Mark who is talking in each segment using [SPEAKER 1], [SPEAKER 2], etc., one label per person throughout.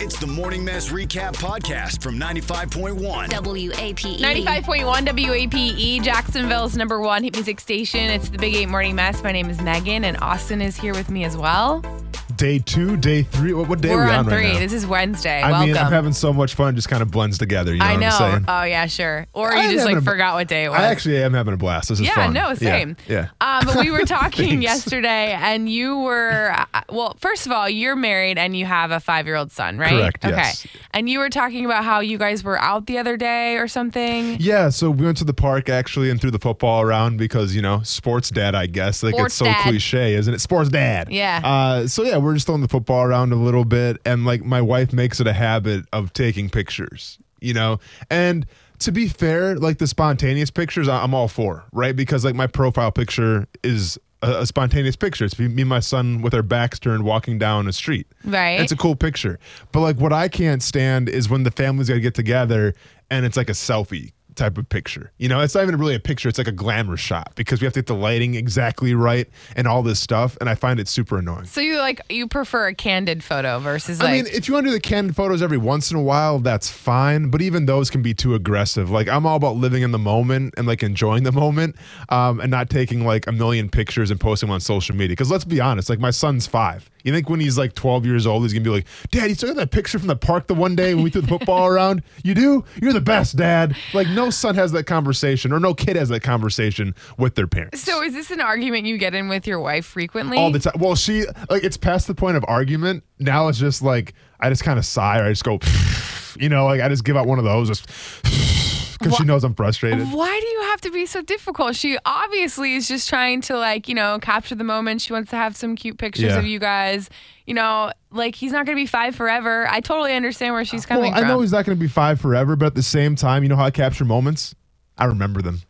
[SPEAKER 1] It's the Morning Mess Recap Podcast from 95.1.
[SPEAKER 2] E
[SPEAKER 3] WAPE.
[SPEAKER 4] 95.1 WAPE, E, Jacksonville's number one hit music station. It's the Big Eight Morning Mess. My name is Megan, and Austin is here with me as well.
[SPEAKER 5] day two, day three. What, what day
[SPEAKER 4] We're
[SPEAKER 5] are we on,
[SPEAKER 4] on three.
[SPEAKER 5] right now?
[SPEAKER 4] this is Wednesday.
[SPEAKER 5] I
[SPEAKER 4] Welcome.
[SPEAKER 5] mean, I'm having so much fun. It Just kind of blends together. You know,
[SPEAKER 4] I
[SPEAKER 5] what I'm
[SPEAKER 4] know.
[SPEAKER 5] saying?
[SPEAKER 4] Oh, yeah, sure. Or
[SPEAKER 5] I'm
[SPEAKER 4] you just like
[SPEAKER 5] having a-
[SPEAKER 4] forgot what day it was.
[SPEAKER 5] I actually am having a blast. This is
[SPEAKER 4] yeah,
[SPEAKER 5] fun.
[SPEAKER 4] no, same.
[SPEAKER 5] Yeah.
[SPEAKER 4] Um, but we were talking
[SPEAKER 5] Thanks.
[SPEAKER 4] yesterday, and you were, uh, well, first of all, you're married and you have a five year old son, right?
[SPEAKER 5] Correct,
[SPEAKER 4] Okay.
[SPEAKER 5] yes.
[SPEAKER 4] And you were talking about how you guys were out the other day or something.
[SPEAKER 5] Yeah, so we went to the park actually and threw the football around because, you know, sports dad, I guess. Like
[SPEAKER 4] Sports
[SPEAKER 5] it's so
[SPEAKER 4] dad.
[SPEAKER 5] cliche, isn't it? Sports dad.
[SPEAKER 4] Yeah.
[SPEAKER 5] Uh, so yeah, we're just throwing the football around a little bit and like my wife makes it a habit of taking pictures, you know? And to be fair, like the spontaneous pictures, I- I'm all for, right? Because like my profile picture is a, a spontaneous picture. It's me me and my son with our backs turned walking down a street.
[SPEAKER 4] Right.
[SPEAKER 5] It's a cool picture. But like what I can't stand is when the family's gotta get together and it's like a selfie type of picture. You know, it's not even really a picture, it's like a glamour shot because we have to get the lighting exactly right and all this stuff. And I find it super annoying.
[SPEAKER 4] So you like, you prefer a candid photo versus like.
[SPEAKER 5] I mean, if you want to do the candid photos every once in a while, that's fine. But even those can be too aggressive. Like I'm all about living in the moment and like enjoying the moment, um, and not taking like a million pictures and posting them on social media. Because let's be honest, like my son's five. You think when he's like 12 years old, he's gonna be like, "Dad, you still got that picture from the park the one day when we threw the football around? You do? You're the best, Dad." Like no son has that conversation, or no kid has that conversation with their parents.
[SPEAKER 4] So is this an argument you get in with your wife frequently?
[SPEAKER 5] all the time. Well, she like it's past the point of argument. Now it's just like I just kind of sigh or I just go, you know, like I just give out one of those just because she knows I'm frustrated.
[SPEAKER 4] Why do you have to be so difficult? She obviously is just trying to like, you know, capture the moment. She wants to have some cute pictures
[SPEAKER 5] Yeah.
[SPEAKER 4] of you guys. You know, like he's not going to be 5 forever. I totally understand where she's coming
[SPEAKER 5] Well, I
[SPEAKER 4] from.
[SPEAKER 5] know he's not going to be five forever, but at the same time, you know how I capture moments? I remember them.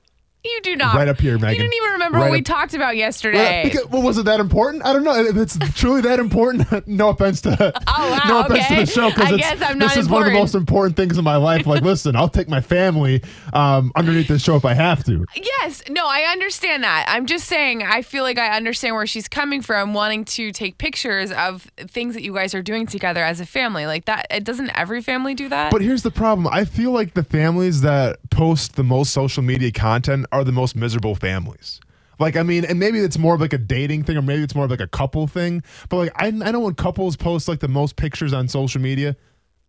[SPEAKER 4] you do not.
[SPEAKER 5] Right up here,
[SPEAKER 4] You
[SPEAKER 5] Megan.
[SPEAKER 4] didn't even remember what
[SPEAKER 5] Right
[SPEAKER 4] we
[SPEAKER 5] up-
[SPEAKER 4] talked about
[SPEAKER 5] Well,
[SPEAKER 4] yesterday.
[SPEAKER 5] because- well, was it that important? I don't know. If it's truly that important, no offense to
[SPEAKER 4] Oh, wow,
[SPEAKER 5] no offense
[SPEAKER 4] okay.
[SPEAKER 5] to the show
[SPEAKER 4] I
[SPEAKER 5] because
[SPEAKER 4] guess I'm not
[SPEAKER 5] this is one of the
[SPEAKER 4] important.
[SPEAKER 5] most important things in my life. Like, listen, I'll take my family um, underneath this show if I have to.
[SPEAKER 4] Yes, no, I understand that. I'm just saying, I feel like I understand where she's coming from, wanting to take pictures of things that you guys are doing together as a family. Like that, it doesn't every family do that.
[SPEAKER 5] But here's the problem. I feel like the families that post the most social media content are the most miserable families. Like, I mean, and maybe it's more of like a dating thing or maybe it's more of like a couple thing. But like, I, I know when couples post like the most pictures on social media,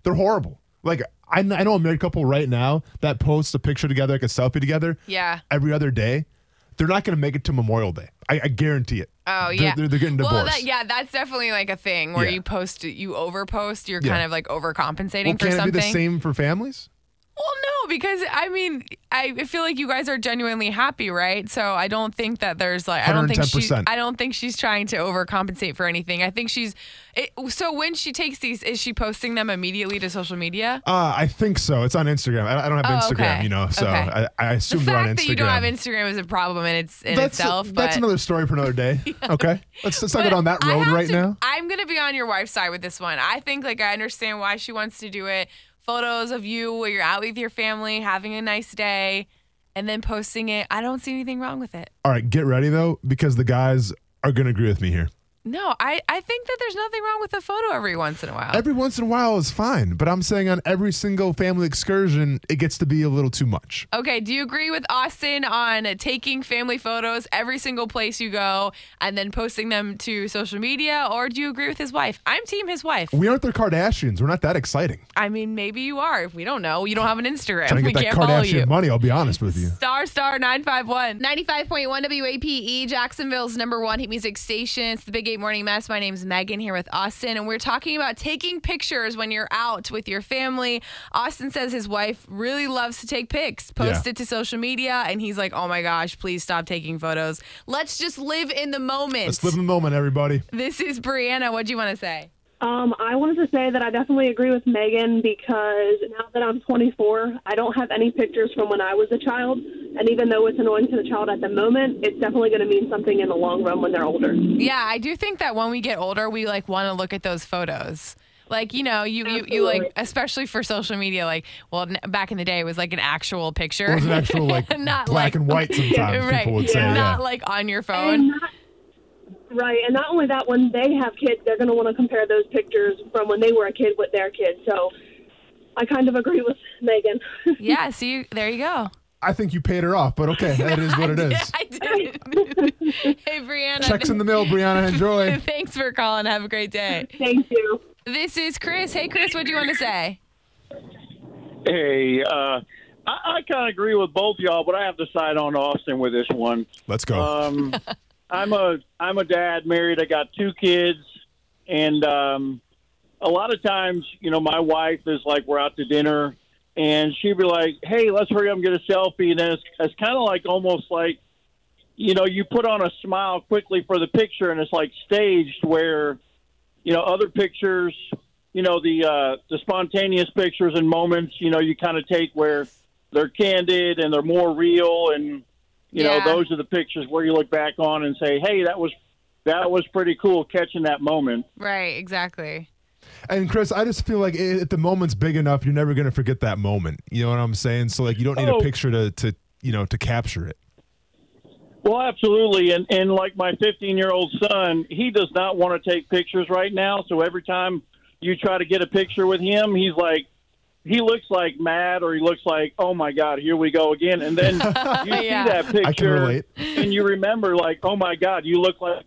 [SPEAKER 5] they're horrible. Like, I, kn- I know a married couple right now that posts a picture together, like a selfie together.
[SPEAKER 4] Yeah.
[SPEAKER 5] Every other day. They're not going to make it to Memorial Day. I, I guarantee it.
[SPEAKER 4] Oh
[SPEAKER 5] They're-
[SPEAKER 4] yeah,
[SPEAKER 5] They're, they're getting divorced.
[SPEAKER 4] Well, that, yeah, that's definitely like a thing where
[SPEAKER 5] Yeah.
[SPEAKER 4] you post, you overpost, you're
[SPEAKER 5] Yeah.
[SPEAKER 4] kind of like overcompensating
[SPEAKER 5] Well,
[SPEAKER 4] for
[SPEAKER 5] can it be
[SPEAKER 4] something.
[SPEAKER 5] the same for families?
[SPEAKER 4] Well, no, because I mean, I I feel like you guys are genuinely happy, right? So I don't think that there's like I don't think she's
[SPEAKER 5] 110%.
[SPEAKER 4] I don't think she's trying to overcompensate for anything. I think she's it, so when she takes these, is she posting them immediately to social media?
[SPEAKER 5] Uh, I think so. It's on Instagram. I, I don't have
[SPEAKER 4] Oh,
[SPEAKER 5] Instagram,
[SPEAKER 4] okay.
[SPEAKER 5] you know, so
[SPEAKER 4] Okay.
[SPEAKER 5] I, I
[SPEAKER 4] The
[SPEAKER 5] assume they're on
[SPEAKER 4] fact
[SPEAKER 5] Instagram.
[SPEAKER 4] that you don't have Instagram is a problem in its in
[SPEAKER 5] that's,
[SPEAKER 4] itself.
[SPEAKER 5] that's
[SPEAKER 4] but-
[SPEAKER 5] another story for another day. Okay. Let's, let's not get
[SPEAKER 4] But
[SPEAKER 5] on that
[SPEAKER 4] I
[SPEAKER 5] road
[SPEAKER 4] have
[SPEAKER 5] right
[SPEAKER 4] to-
[SPEAKER 5] now.
[SPEAKER 4] I'm gonna be on your wife's side with this one. I think like I understand why she wants to do it. Photos of you where you're out with your family, having a nice day, and then posting it. I don't see anything wrong with it.
[SPEAKER 5] All right. Get ready, though, because the guys are going to agree with me here.
[SPEAKER 4] No, I, I think that there's nothing wrong with a photo every once in a while.
[SPEAKER 5] Every once in a while is fine, but I'm saying on every single family excursion, it gets to be a little too much.
[SPEAKER 4] Okay, do you agree with Austin on uh, taking family photos every single place you go and then posting them to social media, or do you agree with his wife? I'm team his wife.
[SPEAKER 5] We aren't the Kardashians. We're not that exciting.
[SPEAKER 4] I mean, maybe you are. If we don't know, you don't have an Instagram.
[SPEAKER 5] Trying to
[SPEAKER 4] we
[SPEAKER 5] get that
[SPEAKER 4] can't follow you.
[SPEAKER 5] Kardashian money, I'll be honest with you.
[SPEAKER 4] Star star 951. 95.1 WAPE, E, Jacksonville's number one hit music station. It's the Big Eight Morning Mess. My name's Megan here with Austin, and we're talking about taking pictures when you're out with your family. Austin says his wife really loves to take pics, post
[SPEAKER 5] Yeah.
[SPEAKER 4] it to social media, and he's like, oh my gosh, please stop taking photos. Let's just live in the moment.
[SPEAKER 5] Let's live in the moment, everybody.
[SPEAKER 4] this is Brianna. What do you want to say?
[SPEAKER 6] Um, I wanted to say that I definitely agree with Megan because now that I'm 24, I don't have any pictures from when I was a child. And even though it's annoying to the child at the moment, it's definitely going to mean something in the long run when they're older.
[SPEAKER 4] Yeah, I do think that when we get older, we like want to look at those photos. Like you know, you you, you like
[SPEAKER 6] Absolutely.
[SPEAKER 4] especially for social media. Like, well, n- back in the day, it was like an actual picture.
[SPEAKER 5] It was an actual, like,
[SPEAKER 4] Not
[SPEAKER 5] black
[SPEAKER 4] like-
[SPEAKER 5] and white sometimes,
[SPEAKER 4] right?
[SPEAKER 5] people would say.
[SPEAKER 4] Not
[SPEAKER 5] Yeah.
[SPEAKER 4] like on your
[SPEAKER 6] And
[SPEAKER 4] phone.
[SPEAKER 6] not, Right, and not only that, when they have kids, they're going to want to compare those pictures from when they were a kid with their kids. So I kind of agree with Megan.
[SPEAKER 4] Yeah, so you there you go.
[SPEAKER 5] I think you paid her off, but okay, that is what it is.
[SPEAKER 4] I did. hey Brianna.
[SPEAKER 5] Checks in the mail, Brianna. Enjoy.
[SPEAKER 4] Thanks for calling. Have a great day.
[SPEAKER 6] Thank you.
[SPEAKER 4] This is Chris. Hey Chris, what do you want to say?
[SPEAKER 3] Hey, uh, I, I kind of agree with both y'all, but I have to side on Austin with this one.
[SPEAKER 5] Let's go.
[SPEAKER 4] Uh,
[SPEAKER 3] Um, I'm a I'm a dad, married. I got two kids, and um, a lot of times, you know, my wife is like, we're out to dinner, and she'd be like, "Hey, let's hurry up and get a selfie." And it's, it's kind of like almost like, you know, you put on a smile quickly for the picture, and it's like staged where, you know, other pictures, you know, the uh, the spontaneous pictures and moments, you know, you kind of take where they're candid and they're more real and you
[SPEAKER 4] Yeah.
[SPEAKER 3] know those are the pictures where you look back on and say hey that was that was pretty cool catching that moment
[SPEAKER 4] Right, exactly.
[SPEAKER 5] And Chris, I just feel like i- if the moment's big enough, you're never gonna forget that moment. You know what I'm saying? So like, you don't need a
[SPEAKER 3] Oh.
[SPEAKER 5] picture to to you know to capture it.
[SPEAKER 3] well absolutely and and like my 15 year old son he does not want to take pictures right now so every time you try to get a picture with him he's like he looks like mad or he looks like oh my god here we go again and then you
[SPEAKER 4] Yeah.
[SPEAKER 3] see that picture
[SPEAKER 5] I can relate.
[SPEAKER 3] and you remember like oh my god you look like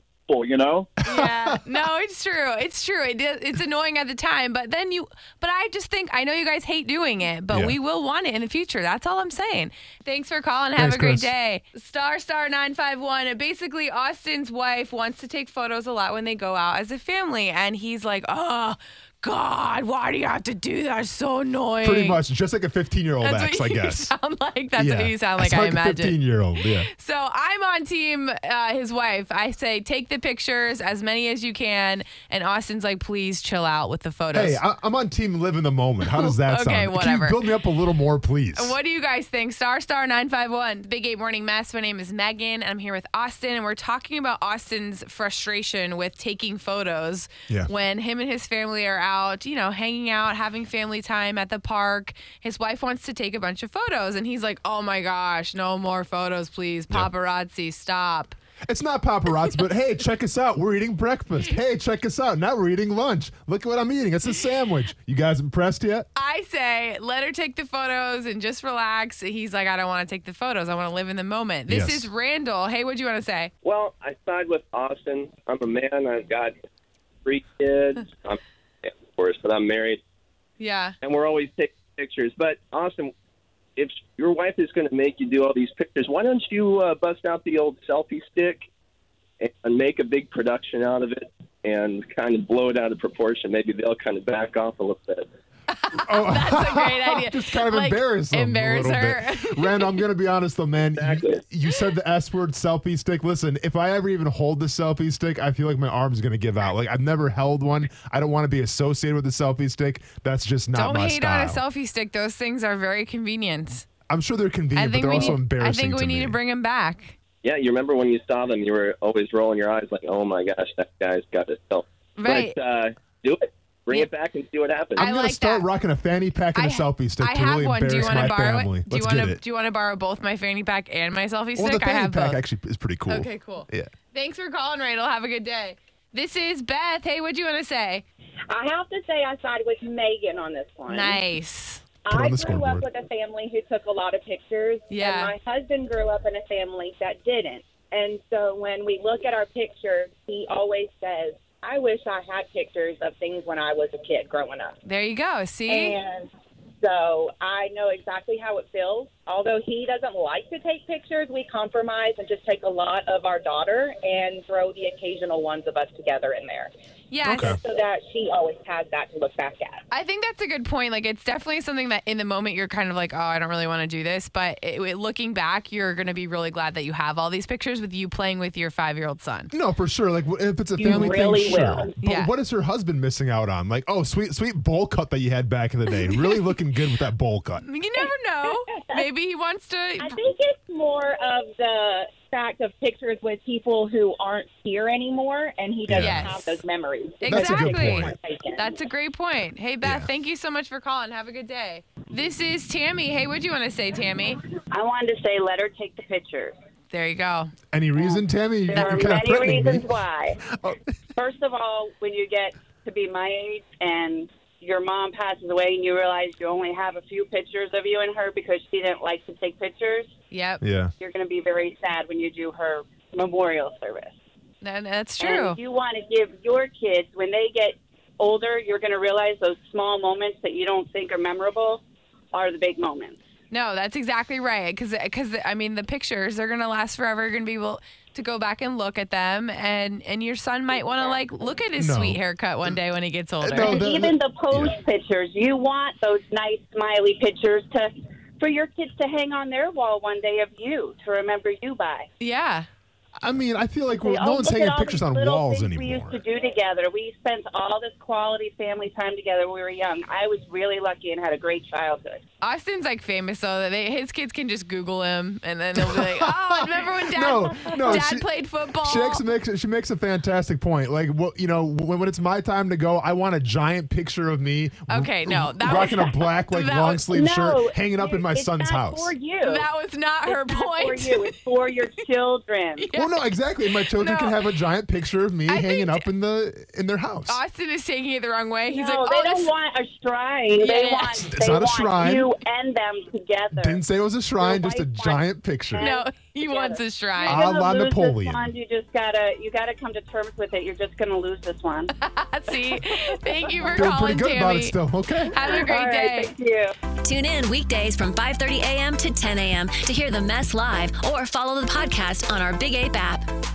[SPEAKER 3] you know
[SPEAKER 4] Yeah. No, it's true. It's true. It is, it's annoying at the time, but then you but I just think I know you guys hate doing it, but
[SPEAKER 5] Yeah.
[SPEAKER 4] we will want it in the future. That's all I'm saying. Thanks for calling. Have
[SPEAKER 5] Thanks,
[SPEAKER 4] a great
[SPEAKER 5] Chris.
[SPEAKER 4] day. Star Star 951. Basically Austin's wife wants to take photos a lot when they go out as a family and he's like, "Oh, God, why do you have to do that? It's so annoying."
[SPEAKER 5] Pretty much, just like a 15 year old
[SPEAKER 4] That's
[SPEAKER 5] acts, I
[SPEAKER 4] what you
[SPEAKER 5] guess.
[SPEAKER 4] sound like. That's
[SPEAKER 5] yeah.
[SPEAKER 4] what you sound like,
[SPEAKER 5] It's
[SPEAKER 4] I
[SPEAKER 5] like a
[SPEAKER 4] imagine.
[SPEAKER 5] 15 year old. Yeah.
[SPEAKER 4] So I'm on team uh, his wife. I say take the pictures as many as you can, and Austin's like, please chill out with the photos.
[SPEAKER 5] Hey, I, I'm on team live in the moment. How does that
[SPEAKER 4] Okay,
[SPEAKER 5] sound? Can
[SPEAKER 4] whatever.
[SPEAKER 5] you build me up a little more, please?
[SPEAKER 4] what do you guys think? Star Star 951, Big Eight Morning Mess. My name is Megan, and I'm here with Austin, and we're talking about Austin's frustration with taking photos
[SPEAKER 5] Yeah.
[SPEAKER 4] when him and his family are out, you know, hanging out, having family time at the park. His wife wants to take a bunch of photos, and he's like, oh my gosh, no more photos, please. Paparazzi, stop.
[SPEAKER 5] It's not paparazzi, but hey, check us out. We're eating breakfast. Hey, check us out. Now we're eating lunch. Look at what I'm eating. It's a sandwich. You guys impressed yet?
[SPEAKER 4] I say, let her take the photos and just relax. He's like, I don't want to take the photos. I want to live in the moment. This
[SPEAKER 5] Yes.
[SPEAKER 4] is Randall. Hey, what'd you want to say?
[SPEAKER 7] Well, I side with Austin. I'm a man. I've got three kids. I'm, yeah, of course, but I'm married,
[SPEAKER 4] Yeah.
[SPEAKER 7] and we're always taking pictures. But Austin, if your wife is going to make you do all these pictures, why don't you uh, bust out the old selfie stick and make a big production out of it and kind of blow it out of proportion? Maybe they'll kind of back off a little bit.
[SPEAKER 5] Oh,
[SPEAKER 4] That's a great idea.
[SPEAKER 5] just kind of
[SPEAKER 4] Like,
[SPEAKER 5] embarrass him.
[SPEAKER 4] embarrass
[SPEAKER 5] a little
[SPEAKER 4] her.
[SPEAKER 5] Bit. Randall, I'm going to be honest though, man. You-
[SPEAKER 7] Exactly.
[SPEAKER 5] You, said the S word, selfie stick. Listen, if I ever even hold the selfie stick, I feel like my arm's going to give out. Like I've never held one. I don't want to be associated with the selfie stick. That's just not
[SPEAKER 4] Don't
[SPEAKER 5] my
[SPEAKER 4] hate on
[SPEAKER 5] style.
[SPEAKER 4] a selfie stick. Those things are very convenient.
[SPEAKER 5] I'm sure they're
[SPEAKER 4] I
[SPEAKER 5] convenient, but
[SPEAKER 4] think
[SPEAKER 5] they're
[SPEAKER 4] we
[SPEAKER 5] also
[SPEAKER 4] need, I
[SPEAKER 5] embarrassing.
[SPEAKER 4] think we
[SPEAKER 5] to
[SPEAKER 4] need
[SPEAKER 5] me.
[SPEAKER 4] to bring him back.
[SPEAKER 7] Yeah, you remember when you saw them, you were always rolling your eyes like, "Oh my gosh, that guy's got a selfie."
[SPEAKER 4] Right.
[SPEAKER 7] But, uh, do it. Bring it back and see what happens.
[SPEAKER 5] I'm
[SPEAKER 4] I
[SPEAKER 5] gonna
[SPEAKER 4] like
[SPEAKER 5] start
[SPEAKER 4] that.
[SPEAKER 5] rocking a fanny pack and a
[SPEAKER 4] I-
[SPEAKER 5] selfie stick
[SPEAKER 4] I
[SPEAKER 5] to
[SPEAKER 4] have
[SPEAKER 5] really
[SPEAKER 4] one. Do you
[SPEAKER 5] embarrass
[SPEAKER 4] want to
[SPEAKER 5] my
[SPEAKER 4] borrow
[SPEAKER 5] family.
[SPEAKER 4] it? Do you
[SPEAKER 5] Let's
[SPEAKER 4] want
[SPEAKER 5] get
[SPEAKER 4] to
[SPEAKER 5] it.
[SPEAKER 4] do you want to borrow both my fanny pack and my selfie
[SPEAKER 5] well, the
[SPEAKER 4] stick? I
[SPEAKER 5] fanny
[SPEAKER 4] have
[SPEAKER 5] pack
[SPEAKER 4] both.
[SPEAKER 5] actually is pretty cool.
[SPEAKER 4] Okay, cool.
[SPEAKER 5] Yeah.
[SPEAKER 4] Thanks for calling, Randall. Have a good day. This is Beth. Hey, what'd you want to say?
[SPEAKER 8] I have to say I side with Megan on this one.
[SPEAKER 4] Nice.
[SPEAKER 5] Put on
[SPEAKER 8] I
[SPEAKER 5] the
[SPEAKER 8] grew
[SPEAKER 5] scoreboard.
[SPEAKER 8] up with a family who took a lot of pictures,
[SPEAKER 4] Yeah.
[SPEAKER 8] and my husband grew up in a family that didn't. And so when we look at our pictures, he always says, "I wish I had pictures of things when I was a kid growing up."
[SPEAKER 4] There you go. See?
[SPEAKER 8] And so I know exactly how it feels. Although he doesn't like to take pictures, we compromise and just take a lot of our daughter and throw the occasional ones of us together in there,
[SPEAKER 4] yes.
[SPEAKER 5] Okay.
[SPEAKER 8] so that she always has that to look back at.
[SPEAKER 4] I think that's a good point. Like, it's definitely something that in the moment you're kind of like, oh, I don't really want to do this. But it, it- looking back, you're going to be really glad that you have all these pictures with you playing with your five year old son.
[SPEAKER 5] No, for sure. Like w- if it's a
[SPEAKER 8] You
[SPEAKER 5] family
[SPEAKER 8] really
[SPEAKER 5] thing, sure.
[SPEAKER 8] will.
[SPEAKER 5] But
[SPEAKER 4] Yeah.
[SPEAKER 5] what is her husband missing out on? Like, oh, sweet, sweet bowl cut that you had back in the day. Really looking good with that bowl cut.
[SPEAKER 4] You never know. Maybe he wants to.
[SPEAKER 8] I think it's more of the fact of pictures with people who aren't here anymore, and he doesn't
[SPEAKER 4] Yes.
[SPEAKER 8] have those memories.
[SPEAKER 5] That's a good
[SPEAKER 4] Exactly.
[SPEAKER 5] point.
[SPEAKER 8] Taken.
[SPEAKER 4] That's a great point. Hey, Beth,
[SPEAKER 5] Yeah.
[SPEAKER 4] thank you so much for calling. Have a good day. This is Tammy. Hey, what do you want to say, Tammy?
[SPEAKER 9] I wanted to say let her take the pictures.
[SPEAKER 4] There you go.
[SPEAKER 5] Any reason, Tammy? You-
[SPEAKER 9] There
[SPEAKER 5] you're
[SPEAKER 9] are
[SPEAKER 5] kinda
[SPEAKER 9] many
[SPEAKER 5] threatening me. Oh.
[SPEAKER 9] reasons why. First of all, when you get to be my age and your mom passes away and you realize you only have a few pictures of you and her because she didn't like to take pictures,
[SPEAKER 4] Yep.
[SPEAKER 5] Yeah.
[SPEAKER 9] you're going to be very sad when you do her memorial service.
[SPEAKER 4] That- that's true.
[SPEAKER 9] And you want to give your kids, when they get older, you're going to realize those small moments that you don't think are memorable are the big moments.
[SPEAKER 4] No, that's exactly right. Because I mean the pictures they're gonna last forever. You're gonna be able to go back and look at them, and and your son might want to like look at his
[SPEAKER 5] No.
[SPEAKER 4] sweet haircut one day when he gets older.
[SPEAKER 5] no,
[SPEAKER 9] And
[SPEAKER 5] Oh, the-
[SPEAKER 9] even the pose
[SPEAKER 5] yeah.
[SPEAKER 9] pictures, you want those nice smiley pictures to for your kids to hang on their wall one day of you to remember you by.
[SPEAKER 4] Yeah.
[SPEAKER 5] I mean, I feel like
[SPEAKER 9] Say,
[SPEAKER 5] well,
[SPEAKER 9] "Oh,
[SPEAKER 5] no one's
[SPEAKER 9] look
[SPEAKER 5] hanging
[SPEAKER 9] at all
[SPEAKER 5] pictures
[SPEAKER 9] these
[SPEAKER 5] on
[SPEAKER 9] little
[SPEAKER 5] walls
[SPEAKER 9] things We
[SPEAKER 5] anymore.
[SPEAKER 9] used to do together. We spent all this quality family time together. when We were young. I was really lucky and had a great childhood.
[SPEAKER 4] Austin's like famous though that they, his kids can just Google him and then they'll be like, oh, I remember when dad,
[SPEAKER 5] No, no,
[SPEAKER 4] dad
[SPEAKER 5] she-
[SPEAKER 4] played football.
[SPEAKER 5] She makes, makes she makes a fantastic point. Like, well, you know, when, when it's my time to go, I want a giant picture of me.
[SPEAKER 4] Okay, no, that
[SPEAKER 5] rocking
[SPEAKER 4] was-
[SPEAKER 5] a black like
[SPEAKER 4] that
[SPEAKER 5] long
[SPEAKER 4] was-
[SPEAKER 5] sleeve
[SPEAKER 9] No,
[SPEAKER 5] shirt, hanging up in my
[SPEAKER 9] it's
[SPEAKER 5] son's
[SPEAKER 9] not
[SPEAKER 5] house.
[SPEAKER 9] For you.
[SPEAKER 4] that was not her
[SPEAKER 9] it's not
[SPEAKER 4] point.
[SPEAKER 9] for you. It's for your children.
[SPEAKER 5] Well, no, exactly. My children
[SPEAKER 4] No.
[SPEAKER 5] can have a giant picture of me
[SPEAKER 4] I
[SPEAKER 5] hanging
[SPEAKER 4] think-
[SPEAKER 5] up in the in their house.
[SPEAKER 4] Austin is taking it the wrong way. He's
[SPEAKER 9] no,
[SPEAKER 4] like,
[SPEAKER 9] they
[SPEAKER 4] oh,
[SPEAKER 9] don't
[SPEAKER 4] this-
[SPEAKER 9] want a shrine. They
[SPEAKER 4] Yeah.
[SPEAKER 9] want,
[SPEAKER 5] It's
[SPEAKER 9] they
[SPEAKER 5] not a
[SPEAKER 9] want
[SPEAKER 5] shrine.
[SPEAKER 9] you and them together.
[SPEAKER 5] Didn't say it was a shrine,
[SPEAKER 9] Your
[SPEAKER 5] just a
[SPEAKER 9] wife
[SPEAKER 5] giant picture.
[SPEAKER 4] no, he wants a
[SPEAKER 9] You're
[SPEAKER 4] shrine.
[SPEAKER 5] Ah,
[SPEAKER 9] gonna
[SPEAKER 5] la
[SPEAKER 9] lose
[SPEAKER 5] Napoleon.
[SPEAKER 9] This one. You just gotta, you gotta come to terms with it. You're just gonna lose this one.
[SPEAKER 4] See, thank you for
[SPEAKER 5] Feel
[SPEAKER 4] calling,
[SPEAKER 5] pretty
[SPEAKER 4] Tammy.
[SPEAKER 5] good about it still. Okay.
[SPEAKER 4] Have a great
[SPEAKER 9] All
[SPEAKER 4] day.
[SPEAKER 9] right, thank you.
[SPEAKER 2] Tune in weekdays from 5:30 a.m. to 10 a.m. to hear the mess live or follow the podcast on our Big Ape app.